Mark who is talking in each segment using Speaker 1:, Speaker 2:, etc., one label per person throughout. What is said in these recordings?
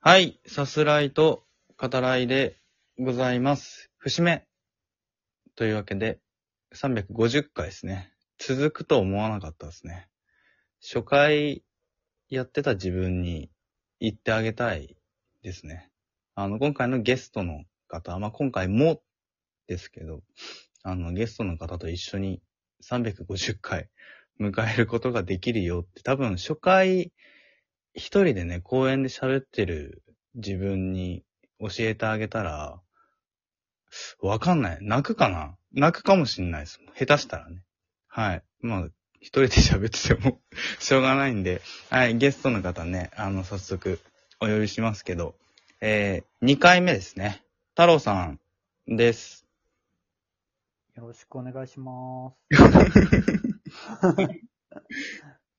Speaker 1: はい、さすらいと語らいでございます。節目というわけで、350回ですね。続くと思わなかったですね。初回やってた自分に言ってあげたいですね。あの、今回のゲストの方、まあ、今回もですけど、あの、ゲストの方と一緒に350回迎えることができるよって、多分初回一人でね、公園で喋ってる自分に教えてあげたら、わかんない。泣くかな泣くかもしんないです。下手したらね。はい。まあ、一人で喋ってても、 しょうがないんで、はい、ゲストの方ね、あの、早速、お呼びしますけど、えー、2回目ですね。太郎さんです。
Speaker 2: よろしくお願いします。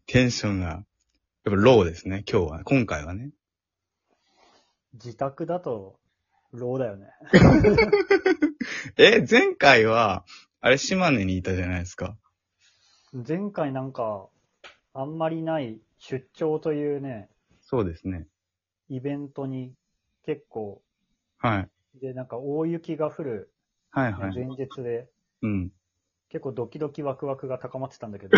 Speaker 1: テンションが、やっぱローですね、今日は。今回はね。
Speaker 2: 自宅だと、ローだよね。
Speaker 1: え、前回は、あれ、島根にいたじゃないですか。
Speaker 2: 前回なんか、あんまりない出張というね、
Speaker 1: そうですね。
Speaker 2: イベントに結構、
Speaker 1: はい。
Speaker 2: で、なんか大雪が降る
Speaker 1: はいは
Speaker 2: 前
Speaker 1: い。
Speaker 2: 日で、
Speaker 1: うん。
Speaker 2: 結構ドキドキワクワクが高まってたん だけど、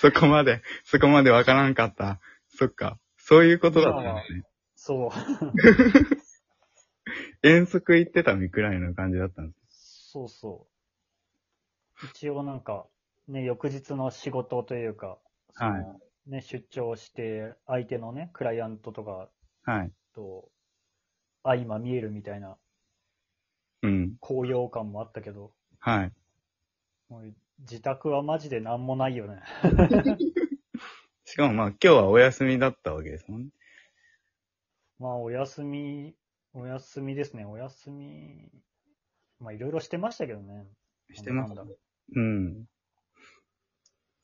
Speaker 1: そこまで、そこまでわからんかった。そっか。そういうことだったんだね。
Speaker 2: そう、
Speaker 1: 遠足行ってたみくらいの感じだったんです。
Speaker 2: そうそう。一応なんか、ね、翌日の仕事というか、その
Speaker 1: は
Speaker 2: ね、出張して、相手のね、クライアントとか
Speaker 1: はい。
Speaker 2: と、相ま見えるみたいな
Speaker 1: うん。
Speaker 2: 高揚感もあったけど、
Speaker 1: はい。
Speaker 2: もう自宅はマジで何もないよね。
Speaker 1: しかもまあ今日はお休みだったわけですもんね。
Speaker 2: まあ、お休み、お休みですね、お休み。まあ、いろいろしてましたけどね。
Speaker 1: してます
Speaker 2: なんだかんだ
Speaker 1: うん。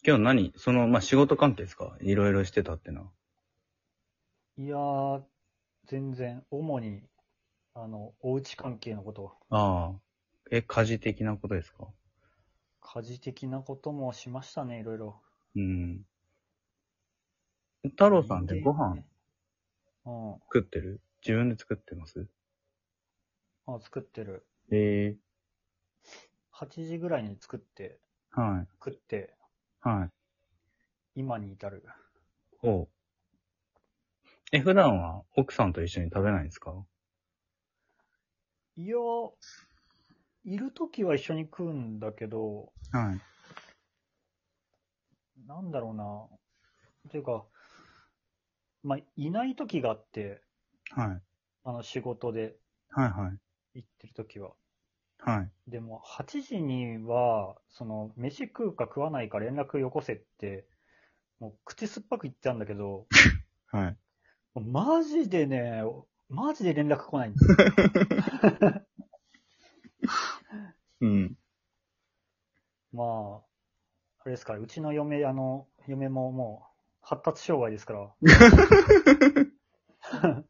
Speaker 1: 今日何その、まあ仕事関係ですかいろいろしてたってのは。
Speaker 2: いやー、全然、主に、あの、おうち関係のこと、
Speaker 1: ああ。え、家事的なことですか
Speaker 2: 家事的なこともしましたね、いろいろ。
Speaker 1: うん。太郎さんってご飯
Speaker 2: うん。
Speaker 1: 作ってる自分で作ってます
Speaker 2: あ、作ってる。
Speaker 1: ええ
Speaker 2: 8時ぐらいに作って、
Speaker 1: はい。
Speaker 2: 食って、
Speaker 1: はい。
Speaker 2: 今に至る。
Speaker 1: おうえ、普段は奥さんと一緒に食べないんですか
Speaker 2: いやー、いるときは一緒に食うんだけど、
Speaker 1: はい。
Speaker 2: なんだろうな。ていうか、まあ、いない時があって、
Speaker 1: はい。
Speaker 2: あの、仕事で
Speaker 1: はいはい。
Speaker 2: 行ってる時は。
Speaker 1: はい。
Speaker 2: でも、8時には、その、飯食うか食わないか連絡よこせって、もう口酸っぱく言ってたんだけど、
Speaker 1: はい。
Speaker 2: もうマジでね、マジで連絡来ないんですよ。
Speaker 1: うん。
Speaker 2: まあ、あれですから、うちの嫁、あの、嫁ももう、発達障害ですから、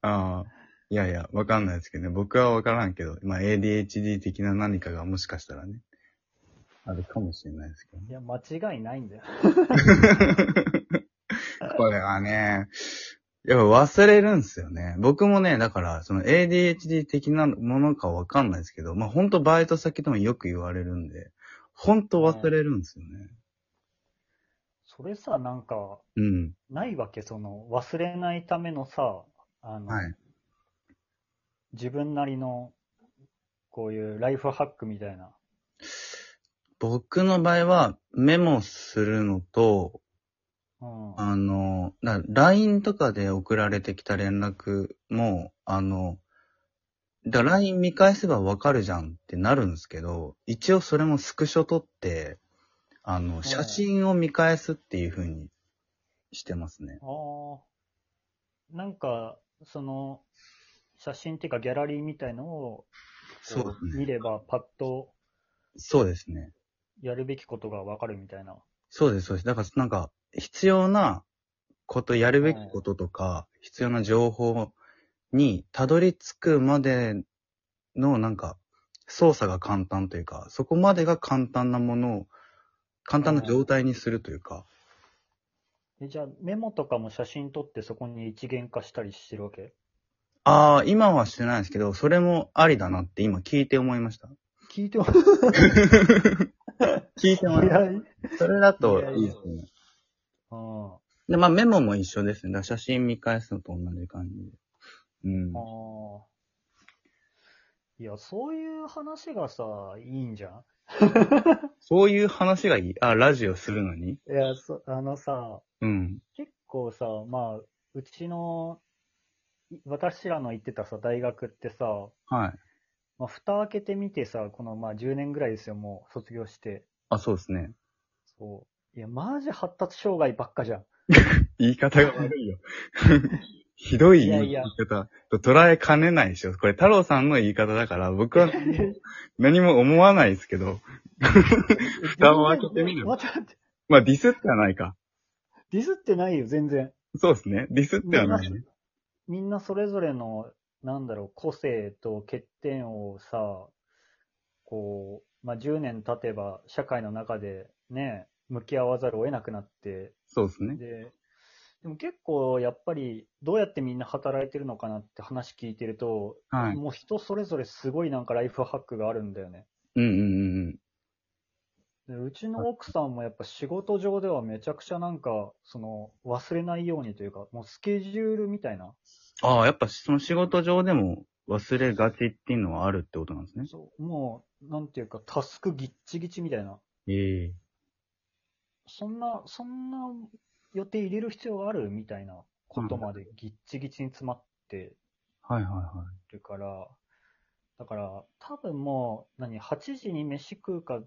Speaker 1: ああ。いやいや、わかんないですけどね。僕はわからんけど、まあ ADHD 的な何かがもしかしたらね、あるかもしれないですけどね
Speaker 2: い。や、間違いないんだよ。
Speaker 1: これはね、やっぱ忘れるんですよね。僕もね、だから、その ADHD 的なものかわかんないですけど、まあほんとバイト先でもよく言われるんで、ほんと忘れるんですよね。
Speaker 2: それさ、なんか、
Speaker 1: うん。
Speaker 2: ないわけ、その、忘れないためのさ、あの、
Speaker 1: はい。
Speaker 2: 自分なりの、こういうライフハックみたいな。
Speaker 1: 僕の場合は、メモするのと、
Speaker 2: うん。
Speaker 1: あの、な LINE とかで送られてきた連絡も、あの、だ LINE 見返せばわかるじゃんってなるんですけど、一応それもスクショ撮って、あの、
Speaker 2: い
Speaker 1: 写真を見返すっていう風にしてますね。
Speaker 2: ああ。なんか、その、写真っていうかギャラリーみたいのを、
Speaker 1: そう
Speaker 2: こ
Speaker 1: ですね
Speaker 2: 見ればパッと
Speaker 1: そうですね。
Speaker 2: やるべきことがわかるみたいな。
Speaker 1: そうです、そうです。だから、なんか、必要なこと、やるべきこととか、必要な情報にたどり着くまでの、なんか、操作が簡単というか、そこまでが簡単なものを、簡単な状態にするというか、
Speaker 2: えじゃあ、メモとかも写真撮ってそこに一元化したりしてるわけ
Speaker 1: ああ、今はしてないですけど、それもありだなって今聞いて思いました。
Speaker 2: 聞いても、
Speaker 1: 聞いてます。
Speaker 2: 早い。
Speaker 1: それだといいですね。
Speaker 2: あ
Speaker 1: で、まあメモも一緒ですね。だから写真見返すのと同じ感じで。うん
Speaker 2: あ。ー。いや、そういう話がさ、いいんじゃん
Speaker 1: そういう話がいい。あ、ラジオするのに
Speaker 2: いや、そ、あのさ、
Speaker 1: うん。
Speaker 2: 結構さ、まあ、うちの、い私らの行ってたさ、大学ってさ、
Speaker 1: はい。
Speaker 2: まあ、蓋開けてみてさ、このまあ10年ぐらいですよ、もう卒業して。
Speaker 1: あ、そうですね。
Speaker 2: そう。いや、マジ発達障害ばっかじゃん。
Speaker 1: 言い方が悪いよ。 ひどい言い方と捉えかねないでしょ。これ太郎さんの言い方だから、僕は何も思わないですけど、蓋を開けてみる
Speaker 2: 待って待って。
Speaker 1: まあディスってはないか。
Speaker 2: ディスってないよ、全然。
Speaker 1: そうですね。ディスってはない。
Speaker 2: みんなそれぞれの、なんだろう、個性と欠点をさ、こう、まあ、10年経てば、社会の中でね、向き合わざるを得なくなって、
Speaker 1: そうですね。
Speaker 2: で、でも結構やっぱり、どうやってみんな働いてるのかなって話聞いてると、
Speaker 1: はい。
Speaker 2: もう人それぞれすごいなんかライフハックがあるんだよね。
Speaker 1: うんうんうんうん。
Speaker 2: でうちの奥さんもやっぱ仕事上ではめちゃくちゃなんか、その、忘れないようにというか、もうスケジュールみたいな。
Speaker 1: ああ、やっぱその仕事上でも忘れがちっていうのはあるってことなんですね。
Speaker 2: そうもう、なんていうか、タスクぎっちぎちみたいな。
Speaker 1: ええ
Speaker 2: そんな、そんな予定入れる必要があるみたいなことまでぎっちぎちに詰まって
Speaker 1: はいはいは
Speaker 2: るから、だから、多分もう、何、8時に飯食うか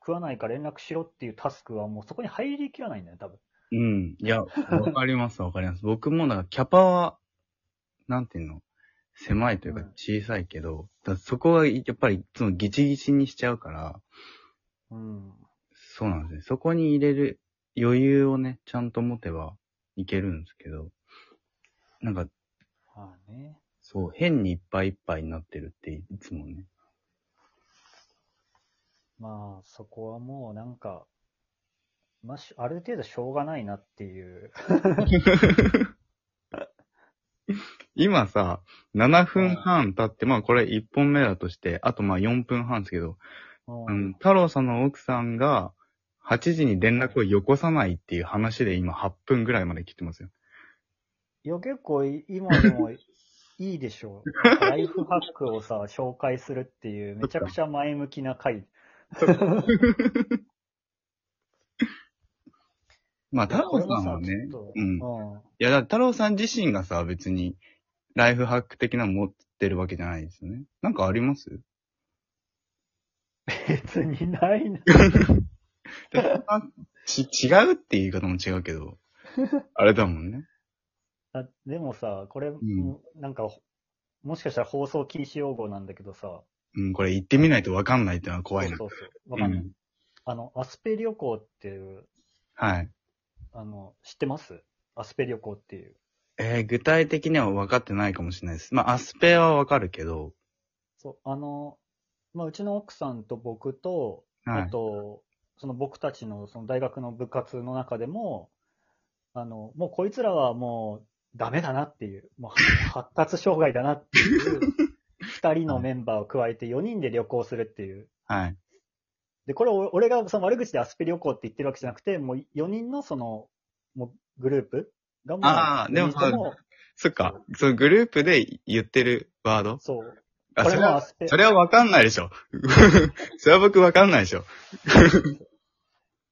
Speaker 2: 食わないか連絡しろっていうタスクはもうそこに入りきらないんだよ、多分。
Speaker 1: い。うん。いや、わかりますわかります。僕もだからキャパは、なんていうの狭いというか
Speaker 2: うん
Speaker 1: 小さいけど、だからそこはやっぱりそのギチギチにしちゃうから、
Speaker 2: うん。
Speaker 1: そうなんですね。そこに入れる余裕をね、ちゃんと持てばいけるんですけど、なんか、
Speaker 2: まあね。
Speaker 1: そう、変にいっぱいいっぱいになってるっていつもね。
Speaker 2: まあ、そこはもうなんか、まあ、しある程度しょうがないなっていう。
Speaker 1: 今さ、7分半経って、まあこれ1本目だとして、あとまあ4分半ですけど、
Speaker 2: うん
Speaker 1: うん、太郎さんの奥さんが、8時に連絡をよこさないっていう話で今8分ぐらいまで来てますよ。
Speaker 2: いや、結構い今でもいいでし ょう。ライフハックをさ、紹介するっていう、めちゃくちゃ前向きな回。
Speaker 1: まあ太郎
Speaker 2: これも
Speaker 1: さん
Speaker 2: さ
Speaker 1: はね、
Speaker 2: ちょっと
Speaker 1: うん。
Speaker 2: うん。
Speaker 1: いや、だから太郎さん自身がさ、別に、ライフハック的なの持ってるわけじゃないですよね。なんかあります
Speaker 2: 別にないな。
Speaker 1: ち、違うっていう言い方も違うけ ど、あれだもんね。
Speaker 2: あでもさ、これ、
Speaker 1: ん
Speaker 2: なんか、もしかしたら放送禁止用語なんだけどさ、
Speaker 1: うん、これ言ってみないとわかんないってのは怖いな。
Speaker 2: そうそうそう。わかんない。
Speaker 1: うん
Speaker 2: あの、アスペ旅行っていう、
Speaker 1: はい。
Speaker 2: あの、知ってますアスペ旅行っていう。
Speaker 1: えー具体的には分かってないかもしれないです。まあ、アスペは分かるけど、
Speaker 2: そう、あの、まあ、うちの奥さんと僕と、
Speaker 1: は
Speaker 2: あ
Speaker 1: い。
Speaker 2: と、その僕たちのその大学の部活の中でも、あの、もうこいつらはもうダメだなっていう、もう は発達障害だなっていう、二人のメンバーを加えて4人で旅行するっていう。
Speaker 1: はい。
Speaker 2: で、これお俺がその悪口でアスペ旅行って言ってるわけじゃなくて、もう4人のその、もうグループがもう、
Speaker 1: あーでも
Speaker 2: 四人と
Speaker 1: そっか。そのグループで言ってるワード
Speaker 2: そう、
Speaker 1: あ、
Speaker 2: こ
Speaker 1: それ
Speaker 2: れもア
Speaker 1: は、
Speaker 2: スペ。
Speaker 1: それは分かんないでしょ。 それは僕分かんないでしょ。
Speaker 2: い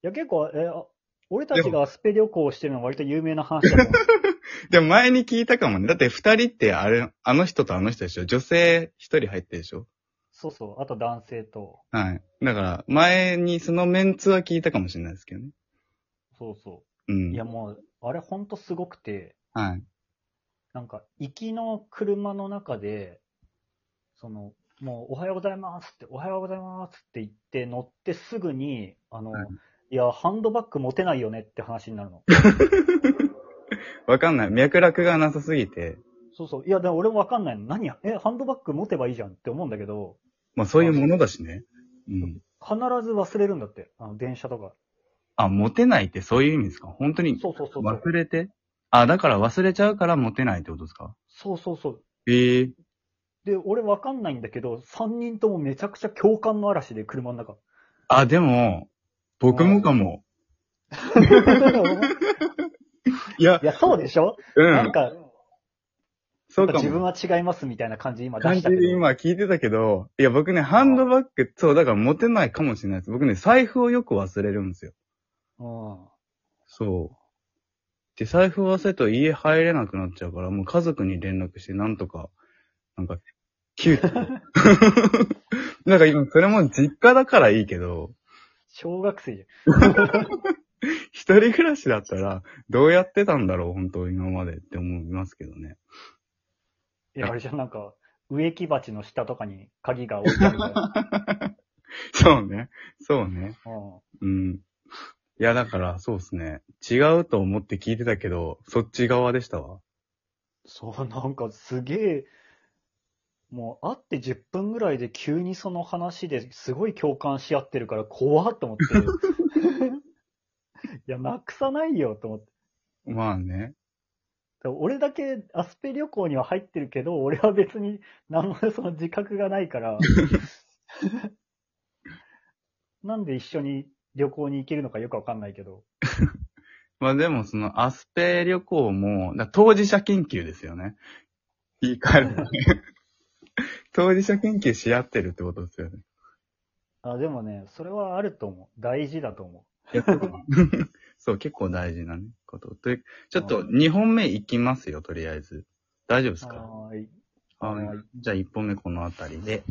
Speaker 2: や、結構、え、あ俺たちがアスペ旅行をしてるのは割と有名な話だと思う。
Speaker 1: でも前に聞いたかもね。だって二人ってあれ、あの人とあの人でしょ。女性一人入ってるでしょ。
Speaker 2: そうそう、あと男性と。
Speaker 1: はい。だから、前にそのメンツは聞いたかもしれないですけどね。
Speaker 2: そうそうう。
Speaker 1: ん。
Speaker 2: いや、もう、あれほんとすごくて、
Speaker 1: はい。
Speaker 2: なんか、行きの車の中で、その、もう、おはようございますって、おはようございますって言って、乗ってすぐに、あの、
Speaker 1: はい
Speaker 2: い、や、ハンドバッグ持てないよねって話になるの。
Speaker 1: わかんない。脈絡がなさすぎて、
Speaker 2: そうそう。いや、でも俺もわかんないの。何や、え、ハンドバッグ持てばいいじゃんって思うんだけど、
Speaker 1: まあそういうものだしね。うん。
Speaker 2: 必ず忘れるんだって、あの、電車とか。
Speaker 1: あ、モテないってそういう意味ですか本当に
Speaker 2: そうそうそうそう。
Speaker 1: 忘れてあ、だから忘れちゃうからモテないってことですか
Speaker 2: そうそうそう。
Speaker 1: ええ
Speaker 2: で、俺わかんないんだけど、3人ともめちゃくちゃ共感の嵐で車 の中。
Speaker 1: あ、でも、僕もかも。いや
Speaker 2: い、や、そうでしょ、
Speaker 1: う
Speaker 2: なん
Speaker 1: ん。
Speaker 2: か、
Speaker 1: そうかも。
Speaker 2: 自分は違いますみたいな感じ今出
Speaker 1: 感
Speaker 2: し
Speaker 1: じ
Speaker 2: たけど。
Speaker 1: で今聞いてたけど、いや僕ね、ハンドバッグ、そう、だから持てないかもしれないです。僕ね、財布をよく忘れるんですよ。
Speaker 2: うん。
Speaker 1: そう。で、財布を忘れると家入れなくなっちゃうから、もう家族に連絡して、なんとか、なんか、急遽。 なんか今、それも実家だからいいけど、
Speaker 2: 小学生じ
Speaker 1: 一人暮らしだったら、どうやってたんだろう、本当今までって思いますけどね。
Speaker 2: ゃん。いや、あれじゃん、なんか、植木鉢の下とかに鍵が置いてあ るから。
Speaker 1: そうね。そうね。
Speaker 2: う
Speaker 1: う
Speaker 2: ん。
Speaker 1: ん。いや、だから、そうですね。違うと思って聞いてたけど、そっち側でしたわ。
Speaker 2: そう、なんかすげえ、もう会って10分ぐらいで急にその話ですごい共感し合ってるから怖っと 思って。いや、なくさないよと思って。
Speaker 1: まあね。
Speaker 2: だから俺だけアスペ旅行には入ってるけど、俺は別に何もその自覚がな いから。なんで一緒に旅行に行けるのかよくわかんないけど。
Speaker 1: まあでも、その、アスペ旅行も、だ当事者研究ですよね。言い換える とね。当事者研究し合ってるってことですよね。
Speaker 2: あ、でもね、それはあると思う。大事だと思
Speaker 1: いやそう、結構大事なね、こと。というちょっと、2本目いきますよ、とりあえず。大丈夫で
Speaker 2: う。
Speaker 1: すか
Speaker 2: はーい。
Speaker 1: あ
Speaker 2: はい
Speaker 1: じゃあ1本目このあたりで。